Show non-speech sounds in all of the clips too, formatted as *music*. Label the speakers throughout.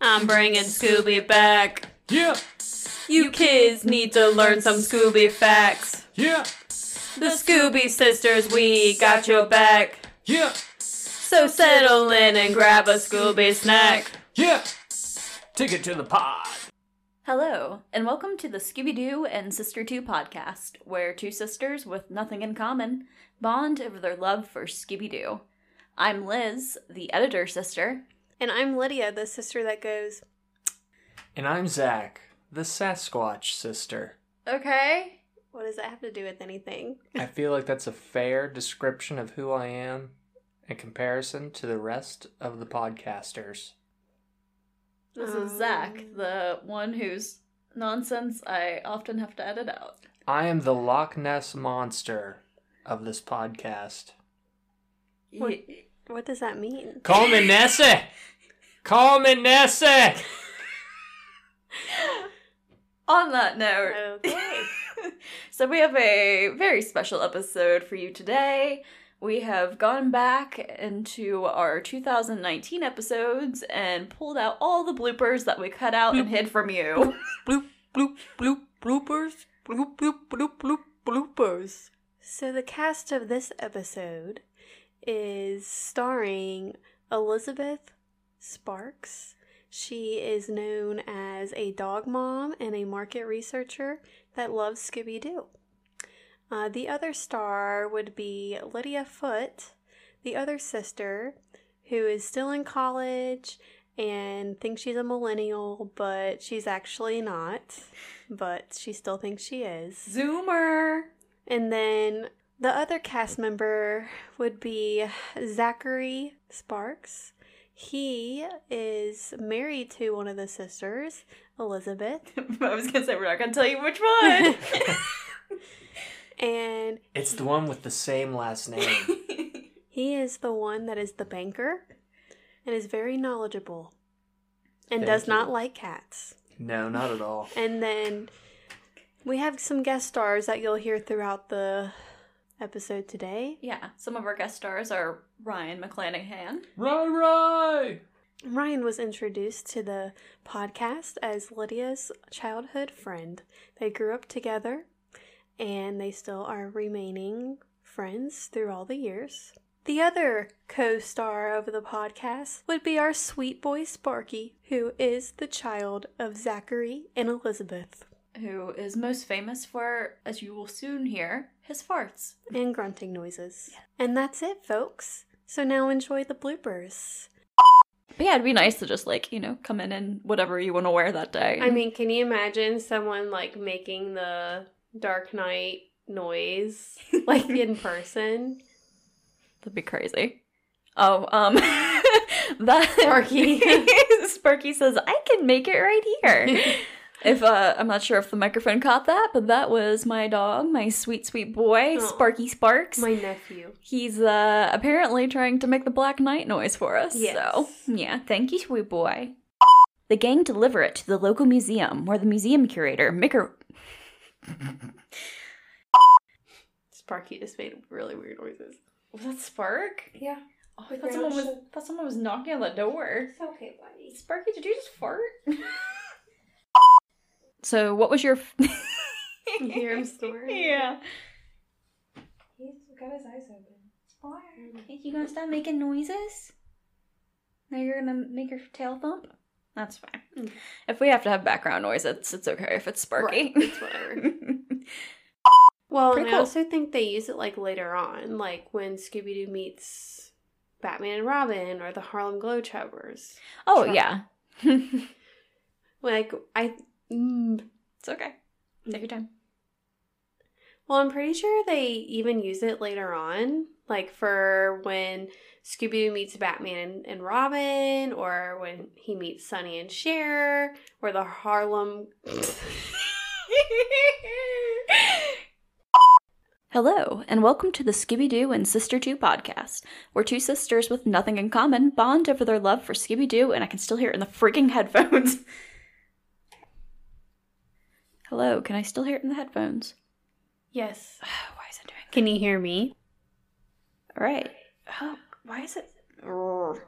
Speaker 1: I'm bringing Scooby back.
Speaker 2: Yeah,
Speaker 1: You kids need to learn some Scooby facts.
Speaker 2: yeah,
Speaker 1: The Scooby sisters, we got your back.
Speaker 2: yeah,
Speaker 1: So settle in and grab a Scooby snack.
Speaker 2: yeah. Take it to the pod.
Speaker 3: Hello, and welcome to the Scooby Doo and Sister 2 podcast, where two sisters with nothing in common bond over their love for Scooby Doo. I'm Liz, the editor sister.
Speaker 1: And I'm Lydia, the sister that goes.
Speaker 2: And I'm Zach, the Sasquatch sister.
Speaker 3: Okay.
Speaker 1: What does that have to do with anything?
Speaker 2: I feel like that's a fair description of who I am in comparison to the rest of the podcasters.
Speaker 3: This is Zach, the one whose nonsense I often have to edit out.
Speaker 2: I am the Loch Ness monster of this podcast.
Speaker 1: What-
Speaker 3: Ye-
Speaker 1: What does that mean?
Speaker 2: Call me Nessie. Call me Nessie.
Speaker 3: On that
Speaker 4: Oh,
Speaker 3: note,
Speaker 1: *laughs* Okay.
Speaker 3: so we have a very special episode for you today. We have gone back into our 2019 episodes and pulled out all the bloopers that we cut out and hid
Speaker 4: *laughs*
Speaker 3: from you.
Speaker 1: bloop, bloop, bloop, bloopers. Bloop, bloop, bloop, bloop, bloopers.
Speaker 4: So the cast of this episode is starring Elizabeth Sparks. She is known as a dog mom and a market researcher that loves Scooby Doo. Uh, the other star would be Lydia Foote, the other sister, who is still in college and thinks she's a millennial, but she's actually not, but she still thinks she is.
Speaker 3: Zoomer!
Speaker 4: And then the other cast member would be Zachary Sparks. He is married to one of the sisters, Elizabeth,
Speaker 3: *laughs* I was gonna say, we're not gonna tell you which
Speaker 4: *laughs*
Speaker 3: one!
Speaker 4: and
Speaker 2: It's the one with the same last name.
Speaker 4: he is the one that is the banker and is very knowledgeable and
Speaker 2: Thank
Speaker 4: does
Speaker 2: you.
Speaker 4: not like cats.
Speaker 2: No, not at all.
Speaker 4: And then we have some guest stars that you'll hear throughout the episode today.
Speaker 3: yeah, some of our guest stars are Ryan McClanahan.
Speaker 2: Right, right.
Speaker 4: Ryan was introduced to the podcast as Lydia's childhood friend. They grew up together and they still are remaining friends through all the years. The other co star of the podcast would be our sweet boy Sparky, who is the child of Zachary and Elizabeth,
Speaker 3: Who is most famous for, as you will soon hear, his farts.
Speaker 4: and grunting noises. And that's it, folks. So now enjoy the bloopers.
Speaker 3: But yeah, it'd be nice to just like, you know, come in and whatever you want to wear that day.
Speaker 4: I mean, can you imagine someone like making the Dark Knight noise like
Speaker 3: *laughs*
Speaker 4: in person?
Speaker 3: that'd be crazy. Oh, um *laughs* that
Speaker 4: Sparky.
Speaker 3: *laughs* Sparky says, I can make it right *laughs* here. if uh I'm not sure if the microphone caught that, but that was my dog, my sweet, sweet boy,
Speaker 4: Aw.
Speaker 3: Sparky Sparks.
Speaker 4: My nephew.
Speaker 3: He's uh apparently trying to make the Black Knight noise for us.
Speaker 4: Yes.
Speaker 3: So yeah, thank you, sweet boy. The gang deliver it to the local museum, where the museum curator Micker
Speaker 4: Sparky just made really weird noises.
Speaker 3: was that Spark?
Speaker 4: Yeah.
Speaker 3: Oh, I thought someone was thought someone was knocking on the door.
Speaker 4: It's okay, buddy.
Speaker 3: Sparky, did you just fart? *laughs* so, what was your? F- *laughs*
Speaker 4: You hear him snoring?
Speaker 3: yeah.
Speaker 4: He's got his eyes open. Mm-hmm.
Speaker 3: You gonna stop making noises? Now you're gonna make your tail thump. That's fine.
Speaker 4: Mm.
Speaker 3: Hmm. If we have to have background noise, it's it's okay if it's Sparky.
Speaker 4: It's
Speaker 3: *laughs*
Speaker 4: whatever. Well,
Speaker 3: Pretty
Speaker 4: and
Speaker 3: cool.
Speaker 4: I also think they use it like later on, like when Scooby Doo meets Batman and Robin or the Harlem Globetrotters.
Speaker 3: oh
Speaker 4: Sure.
Speaker 3: yeah, *laughs* it's
Speaker 4: Like I. Mm,
Speaker 3: okay. Take your time.
Speaker 4: Well, I'm pretty sure they even use it later on, like for when Scooby Doo meets Batman and, and Robin, or when he meets Sonny and Cher, or the Harlem. *laughs*
Speaker 3: Hello, and welcome to the Scooby Doo and Sister 2 podcast, where two sisters with nothing in common bond over their love for Scooby Doo, and I can still hear it in the freaking headphones. *laughs* Hello, can I still hear it in the headphones?
Speaker 4: Yes.
Speaker 3: *sighs* why is it doing
Speaker 4: Can you hear me?
Speaker 3: All right. Oh, why is it? All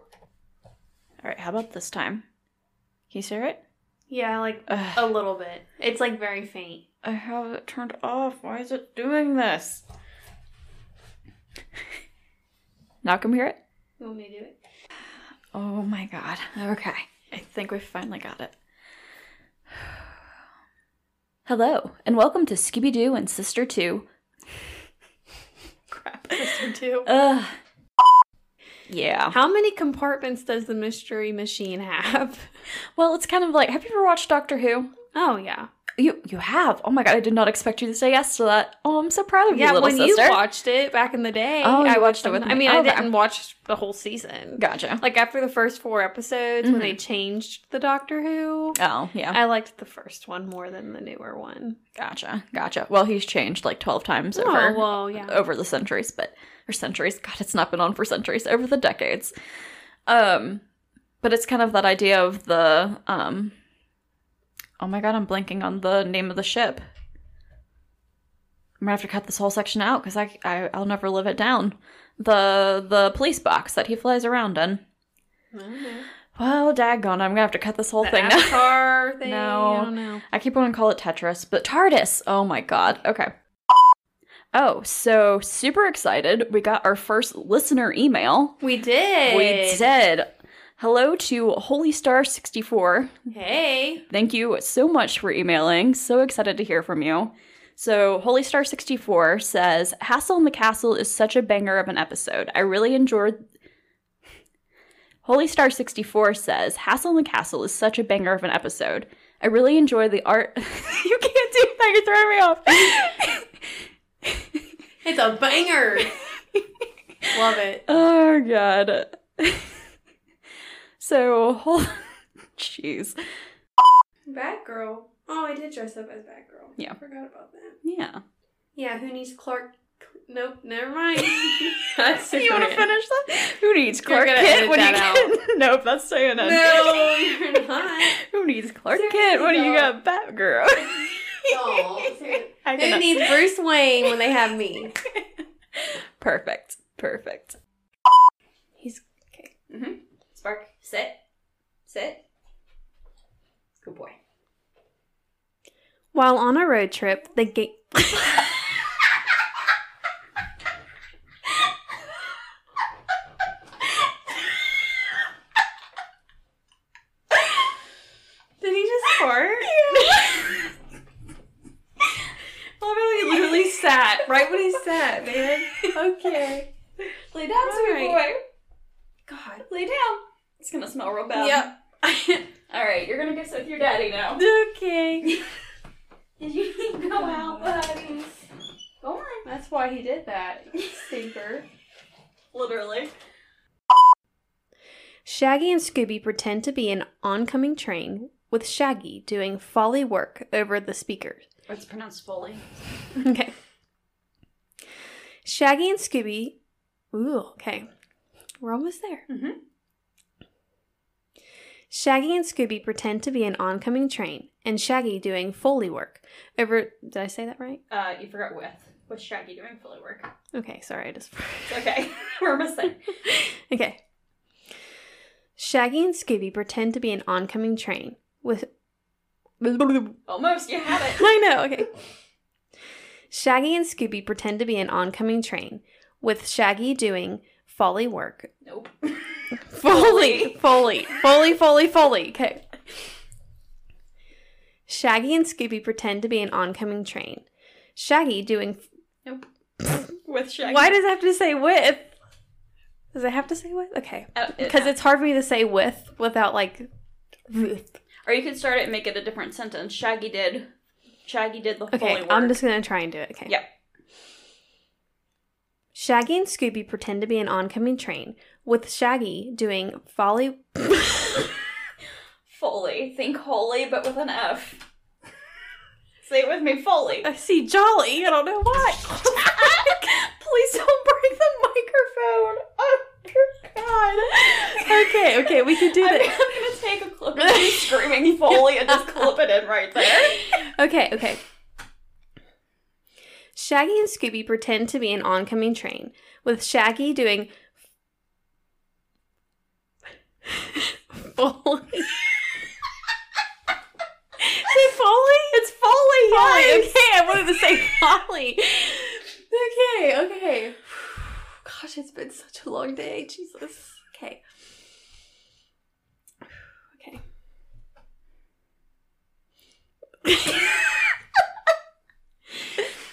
Speaker 3: right, how about this time? Can you hear it?
Speaker 4: Yeah, like
Speaker 3: Ugh.
Speaker 4: a little bit. It's like very faint.
Speaker 3: I have it turned off. Why is it doing *laughs* this? Now can we hear it?
Speaker 4: You want me to do it?
Speaker 3: Oh my god. Okay. I think we finally got it. *sighs* Hello, and welcome to Scooby Doo and Sister 2. Crap.
Speaker 4: *laughs* Sister two.
Speaker 3: Ugh. Yeah.
Speaker 4: How many compartments does the mystery machine have?
Speaker 3: Well, it's kind of like have you ever watched Doctor Who?
Speaker 4: Oh yeah.
Speaker 3: You you have. Oh my god, I did not expect you to say yes to that. Oh, I'm so proud of you,
Speaker 4: Yeah,
Speaker 3: little
Speaker 4: when
Speaker 3: sister.
Speaker 4: you watched it back in the day,
Speaker 3: Oh,
Speaker 4: I
Speaker 3: you watched
Speaker 4: them-
Speaker 3: it with
Speaker 4: I
Speaker 3: me.
Speaker 4: mean, I
Speaker 3: Okay.
Speaker 4: didn't watch the whole season.
Speaker 3: gotcha.
Speaker 4: Like after the first four episodes, when they changed the Doctor Who,
Speaker 3: Oh, Mm-hmm. yeah.
Speaker 4: I liked the first one more than the newer one.
Speaker 3: Gotcha. Gotcha. Well, he's changed like 12 times over
Speaker 4: Oh well, yeah.
Speaker 3: over the centuries, but or centuries. God, it's not been on for centuries, over the decades. Um but it's kind of that idea of the um Oh my god, I'm blanking on the name of the ship. I'm gonna have to cut this whole section out because I, I I'll never live it down. The the police box that he flies around in.
Speaker 4: I don't know.
Speaker 3: Well, daggone, I'm gonna have to cut this whole
Speaker 4: The
Speaker 3: thing *laughs* out.
Speaker 4: Avatar thing.
Speaker 3: No.
Speaker 4: I don't know.
Speaker 3: I keep wanting to call it Tetris, but TARDIS. Oh my god. Okay. Oh, so super excited. We got our first listener email.
Speaker 4: We did.
Speaker 3: We did. Hello to Holy Star 64.
Speaker 4: Hey.
Speaker 3: Thank you so much for emailing. So excited to hear from you. So, Holy Star 64 says, Hassle in the Castle is such a banger of an episode. I really enjoyed. *laughs* Holy Star 64 says, Hassle in the Castle is such a banger of an episode. I really enjoy the art. *laughs* you can't do that, you're throwing me off.
Speaker 4: It's a *laughs* banger. Love it.
Speaker 3: *laughs* Oh god. *laughs* so, *laughs* whole. Jeez.
Speaker 4: Batgirl. Oh, I did dress up as Batgirl.
Speaker 3: Yeah.
Speaker 4: Forgot about that.
Speaker 3: Yeah.
Speaker 4: Yeah, who needs Clark? Nope, never *laughs* mind. That's
Speaker 3: *laughs* you want to
Speaker 4: different.
Speaker 3: finish that? Who needs
Speaker 4: You're
Speaker 3: Clark
Speaker 4: gonna
Speaker 3: Kent
Speaker 4: edit
Speaker 3: when you
Speaker 4: that
Speaker 3: can? *laughs* Nope, that's staying
Speaker 4: *laughs*
Speaker 3: in.
Speaker 4: No, you're not.
Speaker 3: *laughs* Who needs Clark
Speaker 4: Seriously,
Speaker 3: Kent when you
Speaker 4: though.
Speaker 3: got Batgirl? *laughs*
Speaker 4: Oh, seriously.
Speaker 3: I
Speaker 4: who
Speaker 3: cannot-
Speaker 4: needs Bruce Wayne when they have me?
Speaker 3: Perfect. Perfect.
Speaker 4: He's
Speaker 3: Spark, sit. Sit. Good boy.
Speaker 4: while on a road trip, the gate. Did he just
Speaker 3: *laughs*
Speaker 4: fart? Love how he *laughs* literally sat right when he
Speaker 3: *laughs*
Speaker 4: sat, man. Okay.
Speaker 3: Lay down, sweet
Speaker 4: Alright.
Speaker 3: boy.
Speaker 4: God.
Speaker 3: Lay down. It's gonna smell real bad. *laughs*
Speaker 4: Yep.
Speaker 3: All right, you're gonna go sit with your daddy now.
Speaker 4: okay.
Speaker 3: Did *laughs* you go out, buddy? Go on.
Speaker 4: That's why he did that. Stinker.
Speaker 3: *laughs* Literally.
Speaker 4: Shaggy and Scooby pretend to be an oncoming train, with Shaggy doing folly work over the speakers.
Speaker 3: It's pronounced fully.
Speaker 4: Okay. Shaggy and Scooby. Ooh, okay. We're almost there.
Speaker 3: Mhm.
Speaker 4: Shaggy and Scooby pretend to be an oncoming train, and Shaggy doing Foley work over. Did I say that right?
Speaker 3: Uh, you forgot with. What's Shaggy doing fully work?
Speaker 4: Okay, sorry, I just. *laughs*
Speaker 3: It's okay. *laughs* We're almost there.
Speaker 4: okay. Shaggy and Scooby pretend to be an oncoming train, with. *laughs*
Speaker 3: Almost. You have it.
Speaker 4: I know, okay. Shaggy and Scooby pretend to be an oncoming train, with Shaggy doing Foley work
Speaker 3: Nope.
Speaker 4: Foley, Foley, Foley, Foley, Foley. Okay. Shaggy and Scooby pretend to be an oncoming train. Shaggy doing.
Speaker 3: with Shaggy.
Speaker 4: Why does it have to say with? Does it have to say with? Okay. Because
Speaker 3: Because
Speaker 4: it's hard for me to say with without like. with.
Speaker 3: or you could start it and make it a different sentence. Shaggy did. Shaggy did the
Speaker 4: Okay,
Speaker 3: Foley work.
Speaker 4: I'm just gonna try and do it. Okay.
Speaker 3: Yep.
Speaker 4: Shaggy and Scooby pretend to be an oncoming train, with Shaggy doing
Speaker 3: *laughs*
Speaker 4: Foley.
Speaker 3: Foley. Think holy, but with an F. Say it with me, Foley.
Speaker 4: I see Jolly. I don't know *laughs* why.
Speaker 3: Please don't break the microphone. Oh dear God.
Speaker 4: okay, okay, we can do
Speaker 3: I'm,
Speaker 4: this.
Speaker 3: I'm gonna take a clip of me *laughs* screaming Foley and just clip it in right there.
Speaker 4: Okay, okay. Shaggy and Scooby pretend to be an oncoming train, with Shaggy doing. *laughs* Foley. it Foley?
Speaker 3: It's Foley.
Speaker 4: Foley.
Speaker 3: Yes.
Speaker 4: Okay, I wanted to say Foley.
Speaker 3: Okay. Okay. Gosh, it's been such a long day. Jesus. Okay. Okay.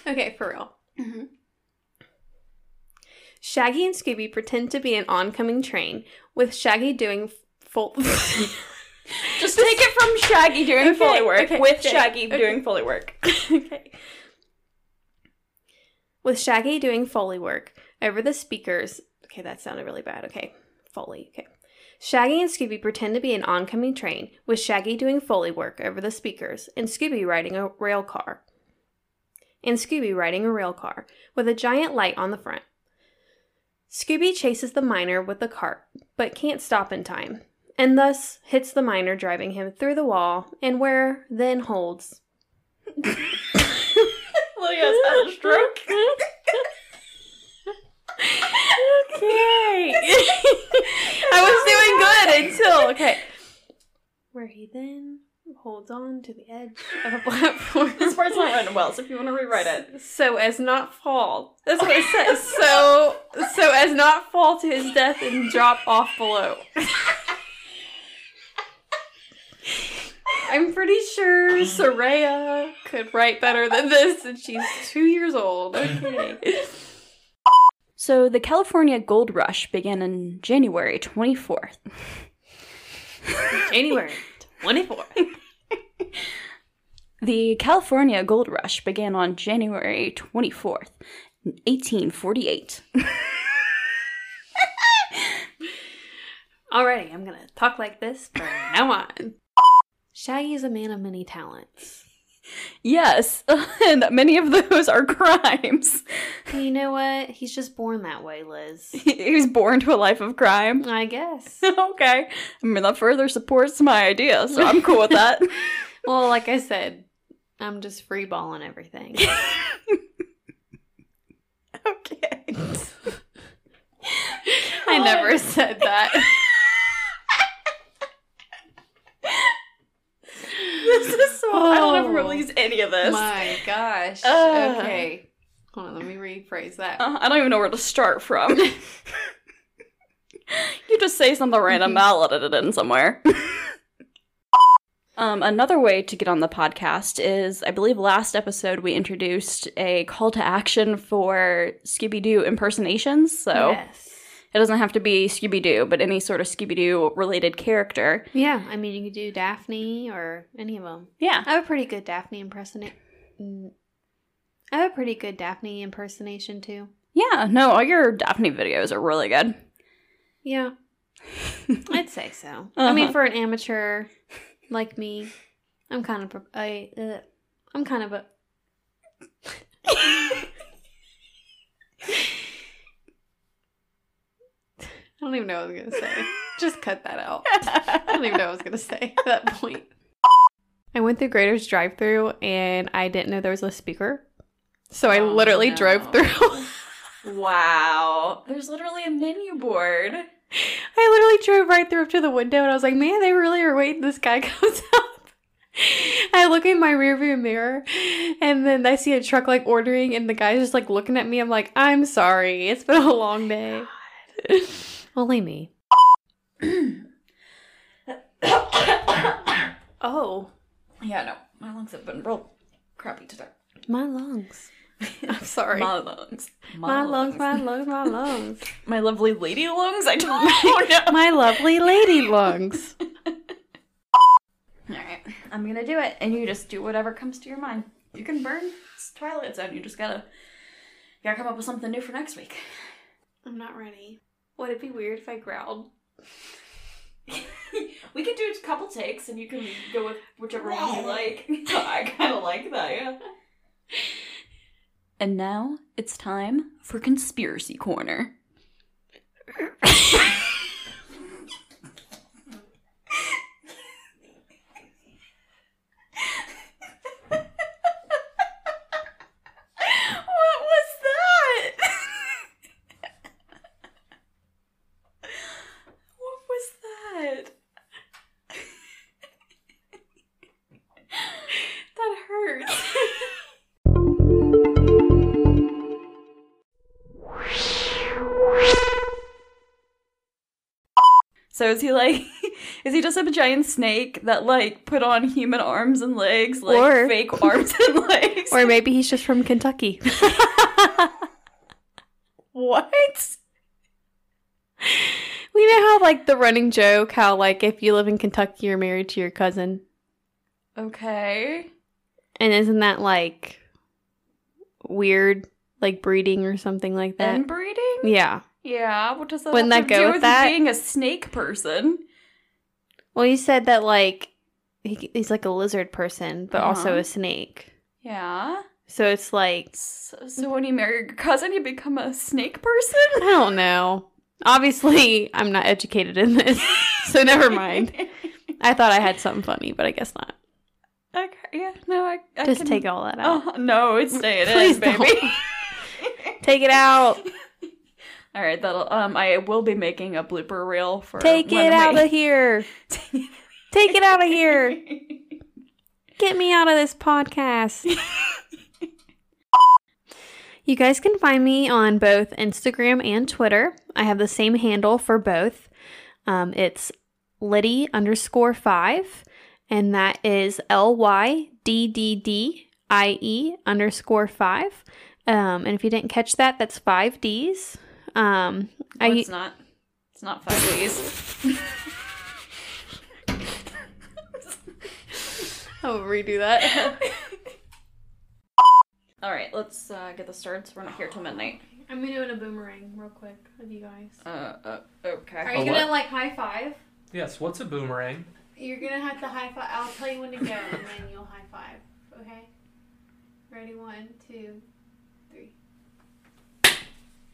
Speaker 4: Okay, for real.
Speaker 3: Mhm.
Speaker 4: Shaggy and Scooby pretend to be an oncoming train, with Shaggy doing full. *laughs*
Speaker 3: Just take it from Shaggy doing
Speaker 4: Okay,
Speaker 3: Foley work
Speaker 4: okay,
Speaker 3: with
Speaker 4: okay,
Speaker 3: Shaggy
Speaker 4: okay.
Speaker 3: doing Foley work.
Speaker 4: *laughs* okay. With Shaggy doing Foley work over the speakers. Okay, that sounded really bad. Okay, Foley. Okay. Shaggy and Scooby pretend to be an oncoming train, with Shaggy doing Foley work over the speakers, and Scooby riding a rail car. And Scooby riding a rail car, with a giant light on the front. Scooby chases the miner with the cart, but can't stop in time, and thus hits the miner, driving him through the wall, and where then holds
Speaker 3: Lydia's had a stroke. *laughs*
Speaker 4: *laughs* okay. Oh
Speaker 3: I was doing good until okay.
Speaker 4: *laughs* Where he then holds on to the edge of *laughs* a platform.
Speaker 3: *laughs* This part's not written well, so if you want to rewrite it,
Speaker 4: So as not fall. That's *laughs* what it says. So so as not fall to his death and drop off below. I'm pretty sure Soraya could write better than this, and she's two years old. Okay.
Speaker 3: So the California gold rush began in January 24th.
Speaker 4: January 24th.
Speaker 3: The California gold rush began on January 24th, *laughs* 1848.
Speaker 4: Alrighty, I'm gonna talk like this from now on. Shaggy is a man of many talents.
Speaker 3: Yes, *laughs* and many of those are crimes.
Speaker 4: And you know what? He's just born that way, Liz.
Speaker 3: He was born to a life of crime. *laughs*
Speaker 4: I guess.
Speaker 3: okay. I mean, that further supports my idea, so I'm cool with that.
Speaker 4: Well, like I said, I'm just freeballing everything.
Speaker 3: *laughs* okay. *laughs*
Speaker 4: I never said that.
Speaker 3: *laughs* This is so. I don't ever release any of this.
Speaker 4: My gosh.
Speaker 3: Ugh.
Speaker 4: okay. Hold on, let me rephrase that.
Speaker 3: Uh, I don't even know where to start *laughs* from. you just say something random, I'll edit it in *laughs* somewhere. um, another way to get on the podcast is I believe last episode we introduced a call to action for Scooby Doo impersonations. So
Speaker 4: Yes.
Speaker 3: it doesn't have to be Scooby Doo, but any sort of Scooby Doo related character.
Speaker 4: Yeah, I mean, you could do Daphne or any of them.
Speaker 3: Yeah.
Speaker 4: I have a pretty good Daphne impersonation. I have a pretty good Daphne impersonation, too.
Speaker 3: Yeah, no, all your Daphne videos are really good. *laughs*
Speaker 4: Yeah. I'd say so. I mean,
Speaker 3: Uh-huh.
Speaker 4: for an amateur like me, I'm kind of pro- I uh, I'm kind of a *laughs* I don't even know what I was going to say. Just cut that out. I don't even know what I was going to say at that point. I went through Grader's drive-through and I didn't know there was a speaker. So I
Speaker 3: Oh,
Speaker 4: literally
Speaker 3: no.
Speaker 4: drove through
Speaker 3: *laughs* wow. There's literally a menu board.
Speaker 4: I literally drove right through up to the window and I was like, man, they really are waiting. This guy *laughs* comes up. I look in my rearview mirror and then I see a truck like ordering and the guy's just like looking at me. I'm like, I'm sorry. It's been a long day. *laughs* Only me.
Speaker 3: yeah,
Speaker 4: Oh,
Speaker 3: no, my lungs have been real crappy *laughs* today.
Speaker 4: my lungs. I'm sorry.
Speaker 3: My lungs.
Speaker 4: my lungs, my lungs, my lungs.
Speaker 3: My lovely lady lungs. I *laughs* don't know.
Speaker 4: my lovely lady lungs.
Speaker 3: All *laughs* right, I'm gonna do it, and you just do whatever comes to your mind. You can burn it's Twilight Zone. You just gotta, you gotta come up with something new for next week.
Speaker 4: I'm not ready. Would it be weird if I growled?
Speaker 3: *laughs* we could do a couple takes, and you can go with whichever one you like. *laughs* I kind of like that. Yeah. And now it's time for conspiracy corner. *laughs* what was that? *laughs* What was that? So is he like, is he just a giant snake that like put on human arms and legs, like
Speaker 4: Or-
Speaker 3: fake arms
Speaker 4: *laughs*
Speaker 3: and legs?
Speaker 4: Or maybe he's just from Kentucky. *laughs*
Speaker 3: what?
Speaker 4: we know how, like, the running joke, how, like, if you live in Kentucky, you're married to your cousin.
Speaker 3: Okay.
Speaker 4: And isn't that, like, weird, like, breeding or something like that?
Speaker 3: Inbreeding?
Speaker 4: yeah.
Speaker 3: Yeah. What does that
Speaker 4: Wouldn't
Speaker 3: have
Speaker 4: that go
Speaker 3: to do
Speaker 4: with
Speaker 3: with
Speaker 4: that?
Speaker 3: being a snake person?
Speaker 4: Well, you said that, like, he, he's like a lizard person, but also
Speaker 3: Uh-huh.
Speaker 4: a snake.
Speaker 3: Yeah.
Speaker 4: So it's like,
Speaker 3: So,
Speaker 4: Mm-hmm.
Speaker 3: so when you marry your cousin, you become a snake person?
Speaker 4: I don't know. Obviously, *laughs* I'm not educated in this, *laughs* so *laughs* never mind. I thought I had something funny, but I guess not.
Speaker 3: *laughs* okay. Yeah. No. I, I
Speaker 4: Just
Speaker 3: can-
Speaker 4: take all that out.
Speaker 3: Oh no! It's staying
Speaker 4: Please
Speaker 3: in, baby.
Speaker 4: *laughs*
Speaker 3: *laughs*
Speaker 4: Take it out.
Speaker 3: All right, that'll. Um, I will be making a blooper reel for.
Speaker 4: Take
Speaker 3: when
Speaker 4: it out
Speaker 3: we-
Speaker 4: of here. Take it out of
Speaker 3: *laughs*
Speaker 4: here. Get me out of this *laughs* podcast. you guys can find me on both Instagram and Twitter. I have the same handle for both. Um, it's Liddy underscore five, and that is L Y D D D I E underscore five. Um, and if you didn't catch that, that's five D's. Um,
Speaker 3: No,
Speaker 4: I,
Speaker 3: it's not. It's not five days. *laughs*
Speaker 4: I'll redo that.
Speaker 3: All right, let's uh, get the starts. We're not here till midnight.
Speaker 4: I'm gonna do a boomerang real quick with you guys.
Speaker 3: Uh, uh okay.
Speaker 4: Are
Speaker 2: A
Speaker 4: you
Speaker 2: Oh, what?
Speaker 4: gonna like high five?
Speaker 2: Yes, what's a boomerang?
Speaker 4: You're gonna have to high five. I'll tell you when to go, and then you'll high five. Okay. Ready? One, two, three.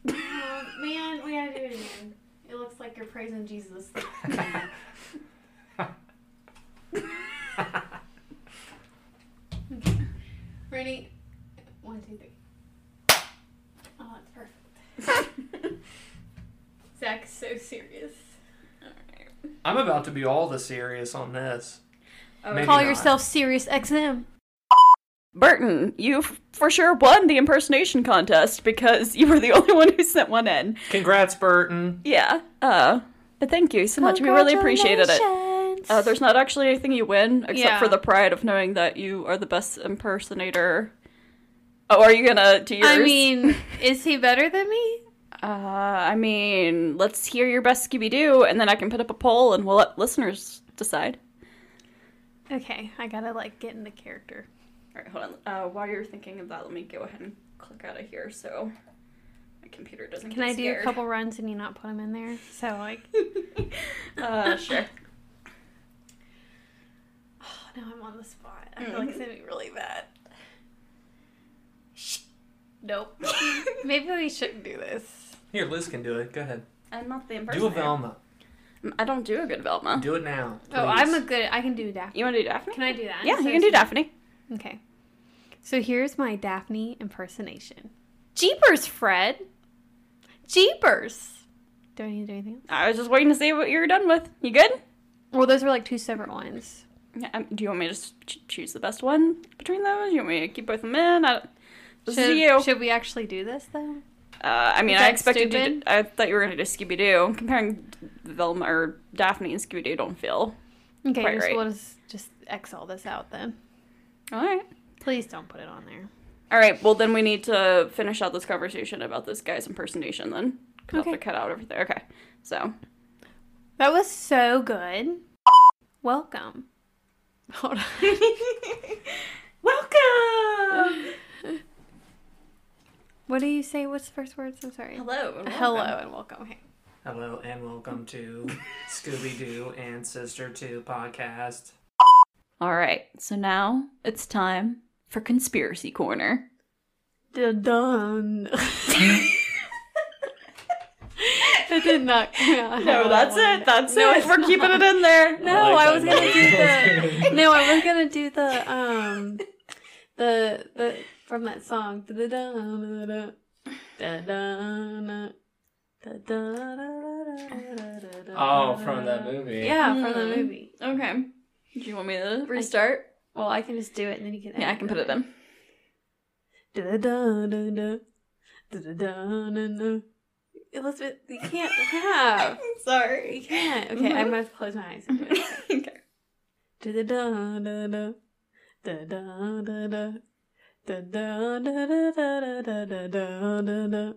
Speaker 4: Oh, man, we gotta do it again. It looks like you're praising Jesus. Ready? One, two, three. Oh, it's perfect. Zach's so serious.
Speaker 2: I'm about to be all the serious on this.
Speaker 3: Oh,
Speaker 2: Maybe
Speaker 4: Call
Speaker 2: not.
Speaker 4: yourself Serious XM.
Speaker 3: Burton, you f- for sure won the impersonation contest because you were the *laughs* only one who sent one in.
Speaker 2: Congrats, Burton.
Speaker 3: Yeah. Uh, but thank you so much. We really appreciated it.
Speaker 4: Congratulations.
Speaker 3: Uh, there's not actually anything you win except
Speaker 4: Yeah.
Speaker 3: for the pride of knowing that you are the best impersonator. Oh, are you gonna do yours?
Speaker 4: I mean, is he better than me?
Speaker 3: uh, I mean, let's hear your best Scooby Doo, and then I can put up a poll, and we'll let listeners decide.
Speaker 4: Okay, I gotta like get into character.
Speaker 3: All right, hold on. Uh, while you're thinking of that, let me go ahead and click out of here so my computer doesn't.
Speaker 4: Can I do a couple runs and you not put him in there? So like,
Speaker 3: Uh, sure.
Speaker 4: oh, now I'm on the spot. I feel like it's gonna be really bad. Shh. Nope. Maybe we shouldn't do this.
Speaker 2: Here, Liz can do it. Go ahead.
Speaker 3: *laughs* I'm not the
Speaker 2: Do a
Speaker 3: impersonator.
Speaker 2: Velma.
Speaker 3: I don't do a good Velma.
Speaker 2: Do it now.
Speaker 4: Oh, I'm a
Speaker 2: please.
Speaker 4: good. I can do Daphne.
Speaker 3: you want to do Daphne?
Speaker 4: Can I do that?
Speaker 3: yeah,
Speaker 4: I'm
Speaker 3: you
Speaker 4: so
Speaker 3: can do
Speaker 4: sorry.
Speaker 3: Daphne.
Speaker 4: Okay. So here's my Daphne impersonation. Jeepers, Fred. Jeepers. Do I need to do anything?
Speaker 3: I was just waiting to see what you were done with. You good?
Speaker 4: Well, those were like two separate ones.
Speaker 3: Yeah, um, do you want me to just ch- choose the best one between those? You want me to keep both of them in? I don't... This
Speaker 4: Should,
Speaker 3: is you.
Speaker 4: should we actually do this though?
Speaker 3: uh, I mean,
Speaker 4: is
Speaker 3: I
Speaker 4: that
Speaker 3: expected you.
Speaker 4: stupid?
Speaker 3: To, I thought you were going to do Scooby Doo. Comparing Velma or Daphne and Scooby Doo don't feel
Speaker 4: Okay,
Speaker 3: Quite
Speaker 4: just,
Speaker 3: right.
Speaker 4: we'll just just X all this out then.
Speaker 3: all right.
Speaker 4: Please don't put it on there.
Speaker 3: All right. Well, then we need to finish out this conversation about this guy's impersonation. Then 'Cause I
Speaker 4: Okay.
Speaker 3: have to cut out everything. Okay. So
Speaker 4: That was so good. Welcome. Hold on. *laughs*
Speaker 3: welcome.
Speaker 4: What do you say? What's the first words? I'm sorry.
Speaker 3: Hello. and
Speaker 4: Hello
Speaker 3: welcome.
Speaker 4: and welcome. Okay.
Speaker 2: Hello and welcome
Speaker 4: *laughs*
Speaker 2: to Scooby Doo and Sister 2 podcast.
Speaker 3: All right. So now it's time for conspiracy corner.
Speaker 4: Done. *laughs* it did not come out.
Speaker 3: No, that's it. That's it. We're keeping it in there.
Speaker 4: No, I was gonna do
Speaker 2: *laughs*
Speaker 4: the. No, I was gonna do the um, the the from that song. Da-da-da-da-da. Da-da-da. Da-da-da-da-da-da-da.
Speaker 2: Oh, from that movie.
Speaker 4: Yeah, from the
Speaker 3: Mm.
Speaker 4: movie.
Speaker 3: *laughs* Okay. Do you want me to restart?
Speaker 4: Well, I can just do it, and then you can.
Speaker 3: yeah, I can put it in.
Speaker 4: Da-da-da-da-da. Da-da-da-da-da. Elizabeth, you can't laugh. You
Speaker 3: Sorry.
Speaker 4: can't. Okay, I'm gonna close my eyes. and do it.
Speaker 3: Mm-hmm. *laughs* okay.
Speaker 4: Da-da-da-da-da. Da-da-da-da. Da-da-da-da-da-da-da-da-da-da.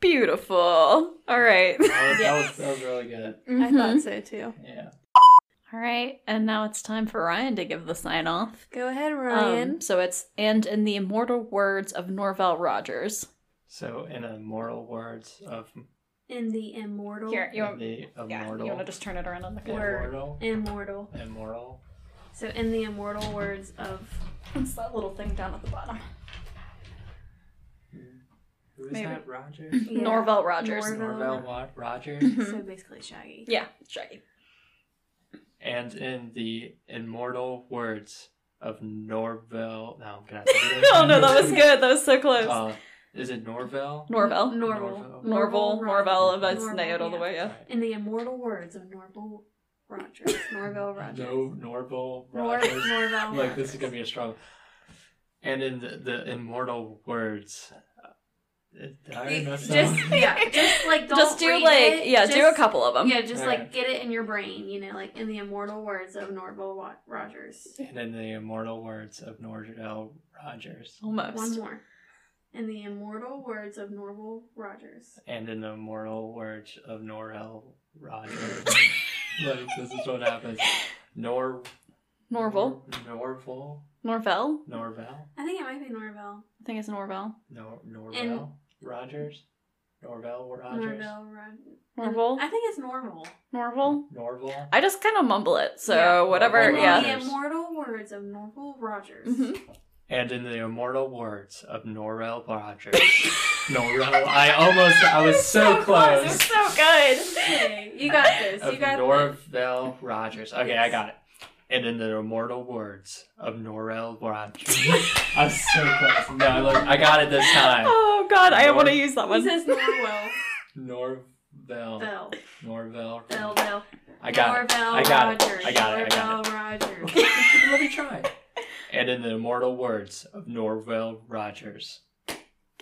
Speaker 3: Beautiful. All right. *laughs* Mm-hmm.
Speaker 2: That was, that,
Speaker 4: Yes.
Speaker 2: was, that was really good.
Speaker 4: I thought so too.
Speaker 2: Yeah.
Speaker 3: All right, and now it's time for Ryan to give the sign off.
Speaker 4: Go ahead,
Speaker 3: Um,
Speaker 4: Ryan.
Speaker 3: so it's and in the immortal words of Norval Rogers.
Speaker 2: So, in immortal words of
Speaker 4: In the immortal.
Speaker 3: Here, you want,
Speaker 2: the
Speaker 3: yeah, you
Speaker 2: immortal,
Speaker 3: want to just turn it around on the
Speaker 4: Word.
Speaker 3: floor?
Speaker 2: immortal,
Speaker 4: Immortal.
Speaker 2: immoral.
Speaker 4: So, in the immortal words of.
Speaker 3: It's that little thing down at the bottom.
Speaker 2: Who is
Speaker 3: Maybe.
Speaker 2: that? Roger.
Speaker 4: Yeah.
Speaker 3: Norval Rogers.
Speaker 4: Norval.
Speaker 2: Norvell Wa- Rogers.
Speaker 3: Mhm.
Speaker 4: So basically, Shaggy.
Speaker 3: *laughs* Yeah, Shaggy.
Speaker 2: and in the immortal words of Norvell. No, I'm gonna. Have to
Speaker 3: *laughs*
Speaker 2: do
Speaker 3: *laughs* oh no, that was good. That was so close.
Speaker 2: *laughs* Uh, is it Norvell?
Speaker 3: Norval.
Speaker 4: Norval.
Speaker 3: Norval, Norval, and that's
Speaker 4: Norval,
Speaker 3: nailed all the
Speaker 4: yeah.
Speaker 3: way, yeah.
Speaker 4: In the immortal words of Norval Rogers.
Speaker 2: *laughs*
Speaker 4: Norval Rogers.
Speaker 2: No, Norval
Speaker 4: Nor-
Speaker 2: Rogers.
Speaker 4: Norval.
Speaker 2: like this is gonna be a strong. And in the, the immortal words, uh, did I mess that
Speaker 4: Just *laughs*
Speaker 2: up?
Speaker 4: yeah, just like don't
Speaker 3: just do
Speaker 4: read
Speaker 3: like
Speaker 4: it,
Speaker 3: yeah, do a
Speaker 4: just-
Speaker 3: couple of them.
Speaker 4: Yeah, just
Speaker 2: Yeah.
Speaker 4: like get it in your brain, you know, like in the immortal words of Norval Wa- Rogers.
Speaker 2: And in the immortal words of Norvell Rogers.
Speaker 4: One
Speaker 3: Almost.
Speaker 4: more. In the immortal words of Norval
Speaker 3: *laughs*
Speaker 4: Rogers.
Speaker 2: And in the immortal words of Norell Rogers.
Speaker 3: *laughs*
Speaker 2: like this is what happens. Nor
Speaker 3: Norval.
Speaker 2: Norval.
Speaker 3: Norvell.
Speaker 2: Norvell.
Speaker 4: I think it might be Norval.
Speaker 3: I think it's Norvell.
Speaker 2: Nor Norvell Rogers. Norvell Rogers.
Speaker 4: Norval Rogers.
Speaker 3: Norval.
Speaker 4: I think it's Norval.
Speaker 3: Norval.
Speaker 2: Norval.
Speaker 3: I just kind of mumble it, so
Speaker 4: Yeah.
Speaker 3: whatever.
Speaker 2: Norval
Speaker 3: yeah.
Speaker 2: Rogers.
Speaker 4: The immortal words of Norval Rogers.
Speaker 3: Mhm.
Speaker 2: And in the immortal words of Norell Rogers. Norell. I almost. *laughs* I
Speaker 3: *laughs*
Speaker 2: was so,
Speaker 3: It
Speaker 2: close.
Speaker 3: was so good.
Speaker 4: Okay,
Speaker 3: *laughs*
Speaker 4: you got this. You
Speaker 2: Of
Speaker 4: got this.
Speaker 2: Norvell Rogers. Okay, I
Speaker 4: Yes.
Speaker 2: got it. And in the immortal words of Norell Rogers. I'm so close. No, look, I got it this time.
Speaker 3: Oh god, I
Speaker 2: Nor-
Speaker 3: want to use that
Speaker 4: He
Speaker 3: one.
Speaker 4: says Norwell.
Speaker 2: Norvell.
Speaker 4: Bell.
Speaker 2: Norvell.
Speaker 4: Bell, Bell.
Speaker 2: I got it.
Speaker 4: Norvell
Speaker 2: I got it.
Speaker 4: Rogers.
Speaker 2: I got it. I got
Speaker 4: Norval Rogers.
Speaker 2: Let me try. And in the immortal words of Norvell Rogers.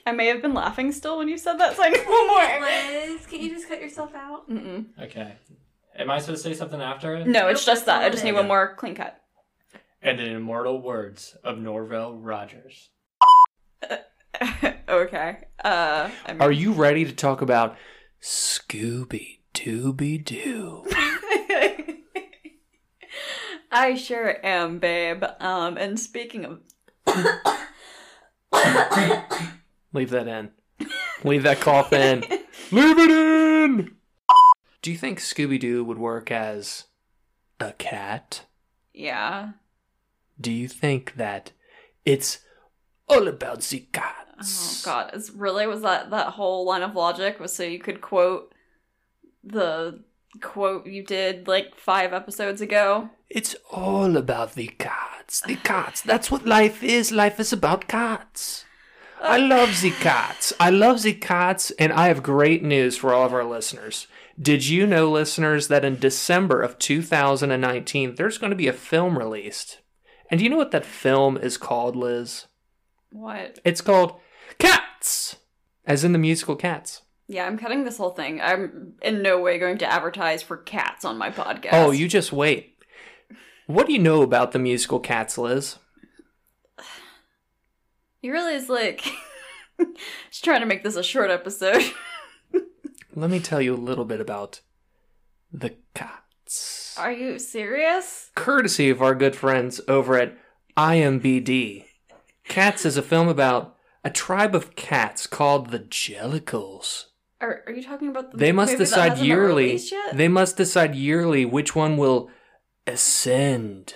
Speaker 3: I may have been laughing still when you said that, so I need one more.
Speaker 4: Liz, can you just cut yourself out?
Speaker 3: Mm-mm.
Speaker 2: Okay. Am I supposed to say something after it?
Speaker 3: No, it's
Speaker 4: Nope,
Speaker 3: just that. I
Speaker 4: that's
Speaker 3: just
Speaker 4: all
Speaker 3: need
Speaker 4: it
Speaker 3: one more clean cut.
Speaker 2: And in immortal words of Norvell Rogers.
Speaker 3: *laughs* okay. Uh, I mean,
Speaker 2: you ready to talk about Scooby Dooby Doo?
Speaker 3: *laughs* I sure am, babe. Um, and speaking of,
Speaker 2: Leave that in. Leave that cough in. *laughs* Leave it in! Do you think Scooby Doo would work as a cat?
Speaker 3: *laughs* yeah,
Speaker 2: Do you think that it's all about the
Speaker 3: oh
Speaker 2: cats?
Speaker 3: god, it's really was that that whole line of logic was so you could quote the quote you did like five episodes ago.
Speaker 2: It's all about the cats. The cats. That's what life is. Life is about cats. I love the cats. I love the cats, and I have great news for all of our listeners. Did you know, listeners, that in December of 2019, there's going to be a film released? And do you know what that film is called, Liz?
Speaker 3: What?
Speaker 2: It's called Cats, as in the musical Cats.
Speaker 3: Yeah, I'm cutting this whole thing. I'm in no way going to advertise for cats on my podcast.
Speaker 2: Oh, you just wait. What do you know about the musical Cats, Liz?
Speaker 3: You realize like *laughs* she's trying to make this a short episode. *laughs*
Speaker 2: Let me tell you a little bit about the cats.
Speaker 3: Are you serious?
Speaker 2: Courtesy of our good friends over at IMBD, Cats is a film about a tribe of cats called the Jellicles.
Speaker 3: Are, are you talking about the
Speaker 2: They must
Speaker 3: movie that
Speaker 2: decide
Speaker 3: hasn't been
Speaker 2: yearly.
Speaker 3: released yet?
Speaker 2: They must decide yearly which one will ascend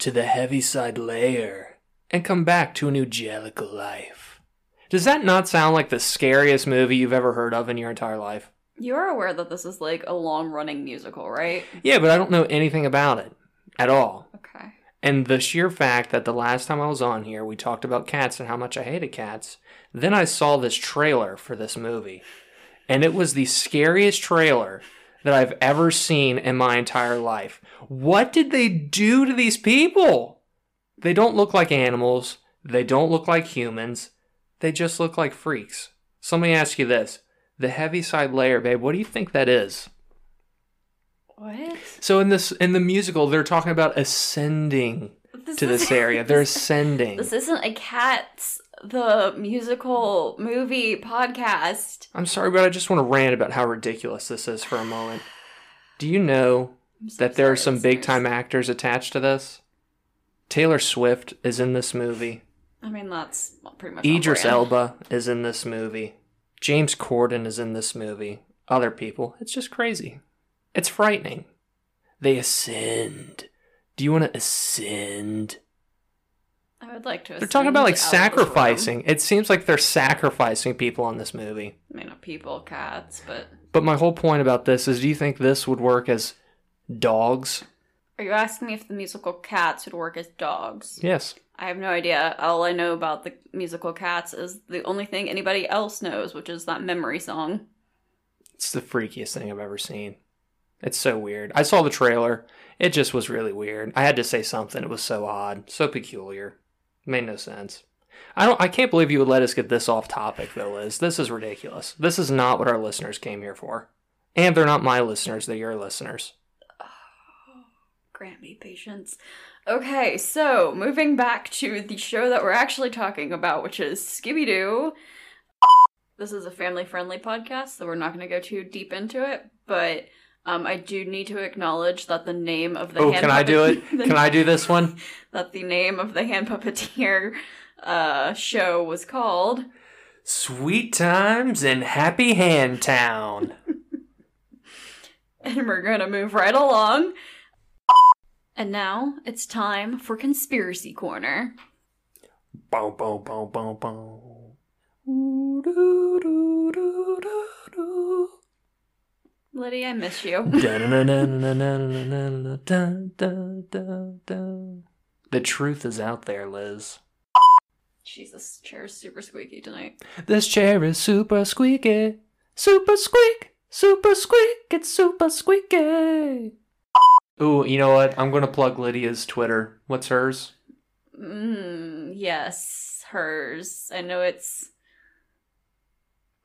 Speaker 2: to the heaviside layer and come back to a new Jellicle life. Does that not sound like the scariest movie you've ever heard of in your entire life?
Speaker 3: You are aware that this is like a long running musical, right?
Speaker 2: Yeah, but I don't know anything about it at all.
Speaker 3: Okay.
Speaker 2: And the sheer fact that the last time I was on here, we talked about cats and how much I hated cats. Then I saw this trailer for this movie, and it was the scariest trailer that I've ever seen in my entire life. What did they do to these people? They don't look like animals, they don't look like humans, they just look like freaks. So let me ask you this the heavy side layer, babe. What do you think that is?
Speaker 3: *laughs* What?
Speaker 2: So in this in the musical, they're talking about ascending
Speaker 3: This
Speaker 2: to this
Speaker 3: is- *laughs*
Speaker 2: area. They're ascending.
Speaker 3: This isn't a Cats the musical movie podcast.
Speaker 2: I'm sorry, but I just want to rant about how ridiculous this is for a moment. Do you know
Speaker 3: I'm so
Speaker 2: that there are
Speaker 3: sorry,
Speaker 2: some big time
Speaker 3: listeners.
Speaker 2: actors attached to this? Taylor Swift is in this movie.
Speaker 3: I mean, that's pretty much. on
Speaker 2: Idris
Speaker 3: brand.
Speaker 2: Elba is in this movie. James Corden is in this movie. Other people. It's just crazy. It's frightening. They ascend. Do you want to ascend?
Speaker 3: I would like to.
Speaker 2: They're talking about like
Speaker 3: ascend out of this
Speaker 2: sacrificing. It seems like they're sacrificing people on this movie.
Speaker 3: realm. I mean, not people, cats, but
Speaker 2: But my whole point about this is do you think this would work as dogs?
Speaker 3: are you asking me if the musical Cats would work as dogs?
Speaker 2: Yes.
Speaker 3: I have no idea. All I know about the musical Cats is the only thing anybody else knows, which is that memory song.
Speaker 2: It's the freakiest thing I've ever seen. It's so weird. I saw the trailer. It just was really weird. I had to say something. It was so odd, so peculiar. made no sense. I don't I can't believe you would let us get this off topic though, Liz. This is ridiculous. This is not what our listeners came here for. And they're not my listeners, they're your listeners.
Speaker 3: Grant me patience. Okay, so moving back to the show that we're actually talking about, which is Scooby Doo. This is a family friendly podcast, so we're not going to go too deep into it, but um, I do need to acknowledge that the name of *laughs* the
Speaker 2: oh,
Speaker 3: hand
Speaker 2: can I do it?
Speaker 3: puppet-
Speaker 2: Can I do this one?
Speaker 3: That the name of the hand puppeteer uh, show was called.
Speaker 2: Sweet times in happy hand town.
Speaker 3: And we're going to move right along. And now it's time for Conspiracy Corner.
Speaker 2: Boom, boom, boom, boom, boom. Ooh-doo-doo-doo-doo-doo.
Speaker 3: Liddy, I miss you.
Speaker 2: *laughs* Dun-dun-dun-dun-dun-dun-dun-dun-dun-dun. The truth is out there, Liz.
Speaker 3: Jesus, chair is super squeaky tonight.
Speaker 2: This chair is super squeaky. Super squeak. Super squeak. It's super squeaky. Ooh, you know what? I'm going to plug Lydia's Twitter. What's hers?
Speaker 3: Mm, yes, hers. I know it's.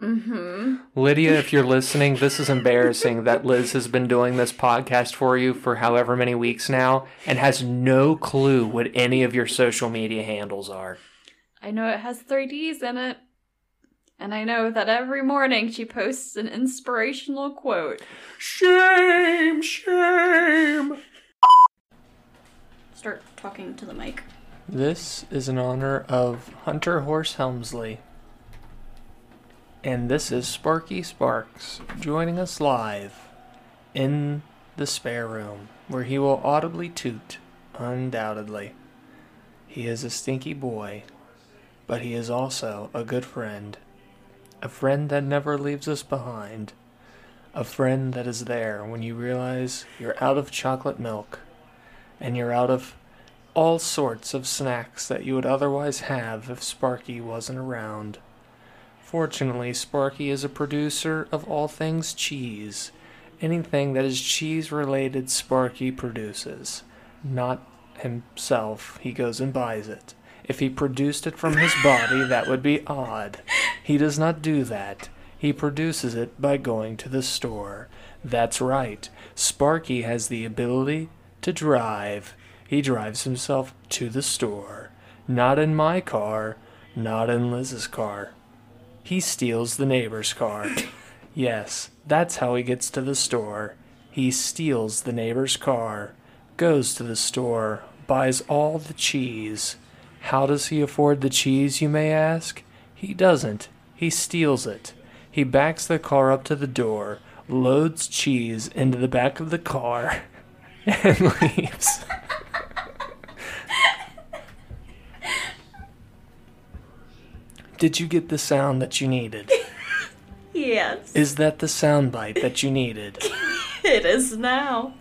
Speaker 3: Mm-hmm.
Speaker 2: Lydia, if you're listening, this is embarrassing that Liz has been doing this podcast for you for however many weeks now and has no clue what any of your social media handles are.
Speaker 3: I know it has three Ds in it. And I know that every morning she posts an inspirational quote.
Speaker 2: Shame, shame.
Speaker 3: Start talking to the mic.
Speaker 2: This is in honor of Hunter Horse Helmsley. And this is Sparky Sparks joining us live in the spare room where he will audibly toot, undoubtedly. He is a stinky boy, but he is also a good friend. A friend that never leaves us behind. A friend that is there when you realize you're out of chocolate milk and you're out of all sorts of snacks that you would otherwise have if Sparky wasn't around. Fortunately, Sparky is a producer of all things cheese. Anything that is cheese related, Sparky produces. Not himself, he goes and buys it. If he produced it from his body, that would be odd. He does not do that. He produces it by going to the store. That's right. Sparky has the ability to drive. He drives himself to the store. Not in my car, not in Liz's car. He steals the neighbor's car. Yes, that's how he gets to the store. He steals the neighbor's car, goes to the store, buys all the cheese. How does he afford the cheese, you may ask? He doesn't. He steals it. He backs the car up to the door, loads cheese into the back of the car, *laughs* and leaves. Did you get the sound that you needed?
Speaker 3: Yes,
Speaker 2: Is that the soundbite that you needed?
Speaker 3: *laughs* it is now.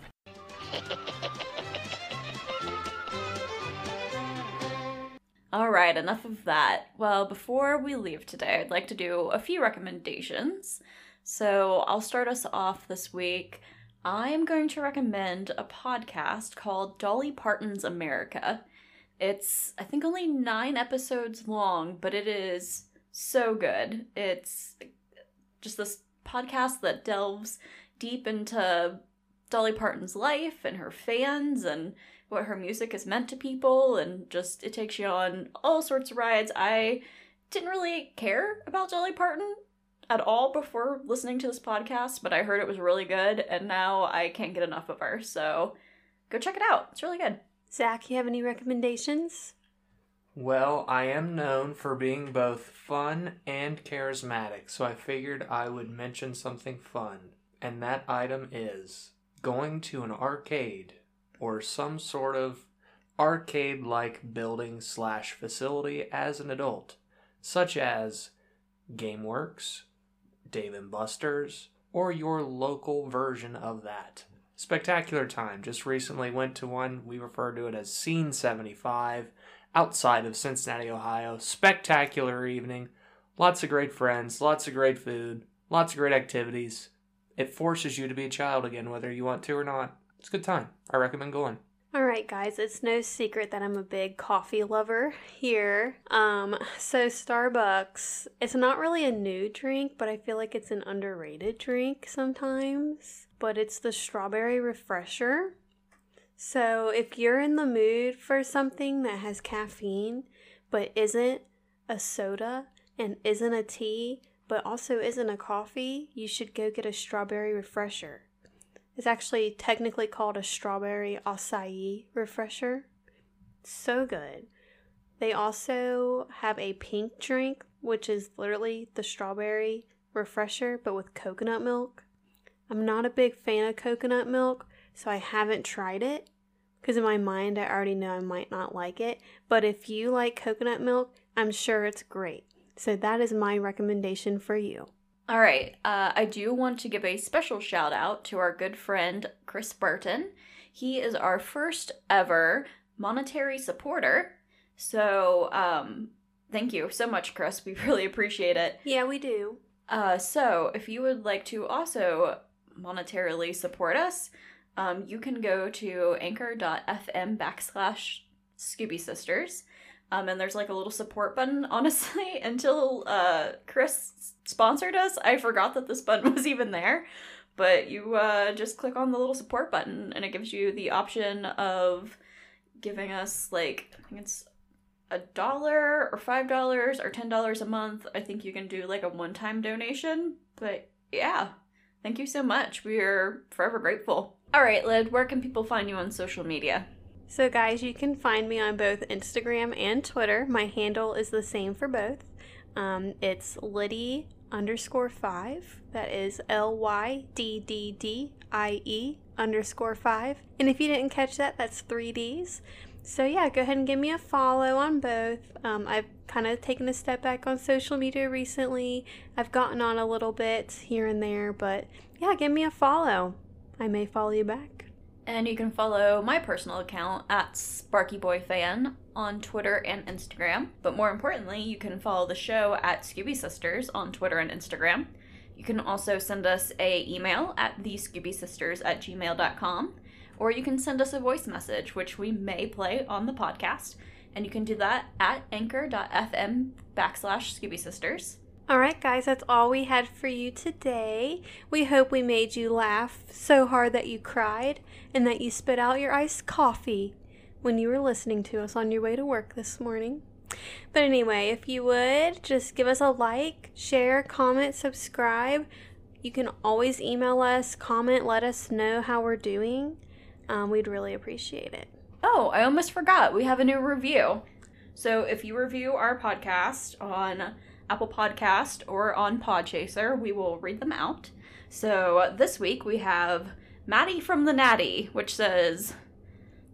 Speaker 3: All right, enough of that. Well, before we leave today, I'd like to do a few recommendations. So I'll start us off this week. I'm going to recommend a podcast called Dolly Parton's America. It's, I think, only nine episodes long, but it is so good. It's just this podcast that delves deep into Dolly Parton's life and her fans and what her music has meant to people and just it takes you on all sorts of rides. I didn't really care about Dolly Parton at all before listening to this podcast, but I heard it was really good and now I can't get enough of her. So go check it out. It's really good.
Speaker 5: Zach, you have any recommendations?
Speaker 2: Well, I am known for being both fun and charismatic, so I figured I would mention something fun. And that item is going to an arcade or some sort of arcade like building slash facility as an adult, such as GameWorks, Dave and Buster's, or your local version of that. Spectacular time. Just recently went to one. We refer to it as Scene 75 outside of Cincinnati, Ohio. Spectacular evening. Lots of great friends, lots of great food, lots of great activities. It forces you to be a child again, whether you want to or not. It's a good time. I recommend going.
Speaker 5: All right, guys, it's no secret that I'm a big coffee lover here. Um, so Starbucks, it's not really a new drink, but I feel like it's an underrated drink sometimes. But it's the strawberry refresher. So if you're in the mood for something that has caffeine, but isn't a soda and isn't a tea, but also isn't a coffee, you should go get a strawberry refresher. It's actually technically called a strawberry acai refresher. So good. They also have a pink drink, which is literally the strawberry refresher, but with coconut milk. I'm not a big fan of coconut milk, so I haven't tried it because in my mind I already know I might not like it. But if you like coconut milk, I'm sure it's great. So that is my recommendation for you.
Speaker 3: All right. Uh, I do want to give a special shout out to our good friend Chris Burton. He is our first ever monetary supporter. So um, thank you so much, Chris. We *laughs* really appreciate it.
Speaker 5: Yeah, we do.
Speaker 3: Uh, so if you would like to also monetarily support us, um, you can go to anchor.fm backslash Scooby Sisters. Um, and there's like a little support button, *laughs* honestly. Until uh, Chris s- sponsored us, I forgot that this button *laughs* was even there. But you uh, just click on the little support button, and it gives you the option of giving us like, I think it's a dollar or five dollars or ten dollars a month. I think you can do like a one time donation. But yeah, thank you so much. We are forever grateful. All right, Lid, where can people find you on social media?
Speaker 5: So, guys, you can find me on both Instagram and Twitter. My handle is the same for both. Um, it's Liddy underscore five. That is L Y D D D I E underscore five. And if you didn't catch that, that's three D's. So, yeah, go ahead and give me a follow on both. Um, I've kind of taken a step back on social media recently. I've gotten on a little bit here and there, but yeah, give me a follow. I may follow you back.
Speaker 3: And you can follow my personal account at SparkyBoyFan on Twitter and Instagram. But more importantly, you can follow the show at Scooby Sisters on Twitter and Instagram. You can also send us a email at thescoobysisters at gmail.com. Or you can send us a voice message, which we may play on the podcast. And you can do that at anchor.fm backslash Scooby Sisters.
Speaker 5: All right, guys, that's all we had for you today. We hope we made you laugh so hard that you cried and that you spit out your iced coffee when you were listening to us on your way to work this morning. But anyway, if you would, just give us a like, share, comment, subscribe. You can always email us, comment, let us know how we're doing. Um, we'd really appreciate it.
Speaker 3: Oh, I almost forgot. We have a new review. So if you review our podcast on Apple Podcast or on Podchaser, we will read them out. So uh, this week we have Maddie from the Natty, which says,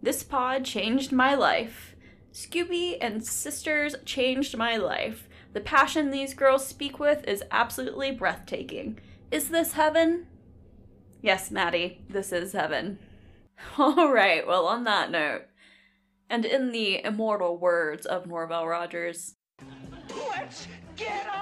Speaker 3: "This pod changed my life. Scooby and Sisters changed my life. The passion these girls speak with is absolutely breathtaking. Is this heaven?" Yes, Maddie, this is heaven. *laughs* All right, well, on that note, and in the immortal words of Norval Rogers,
Speaker 6: Let's get on!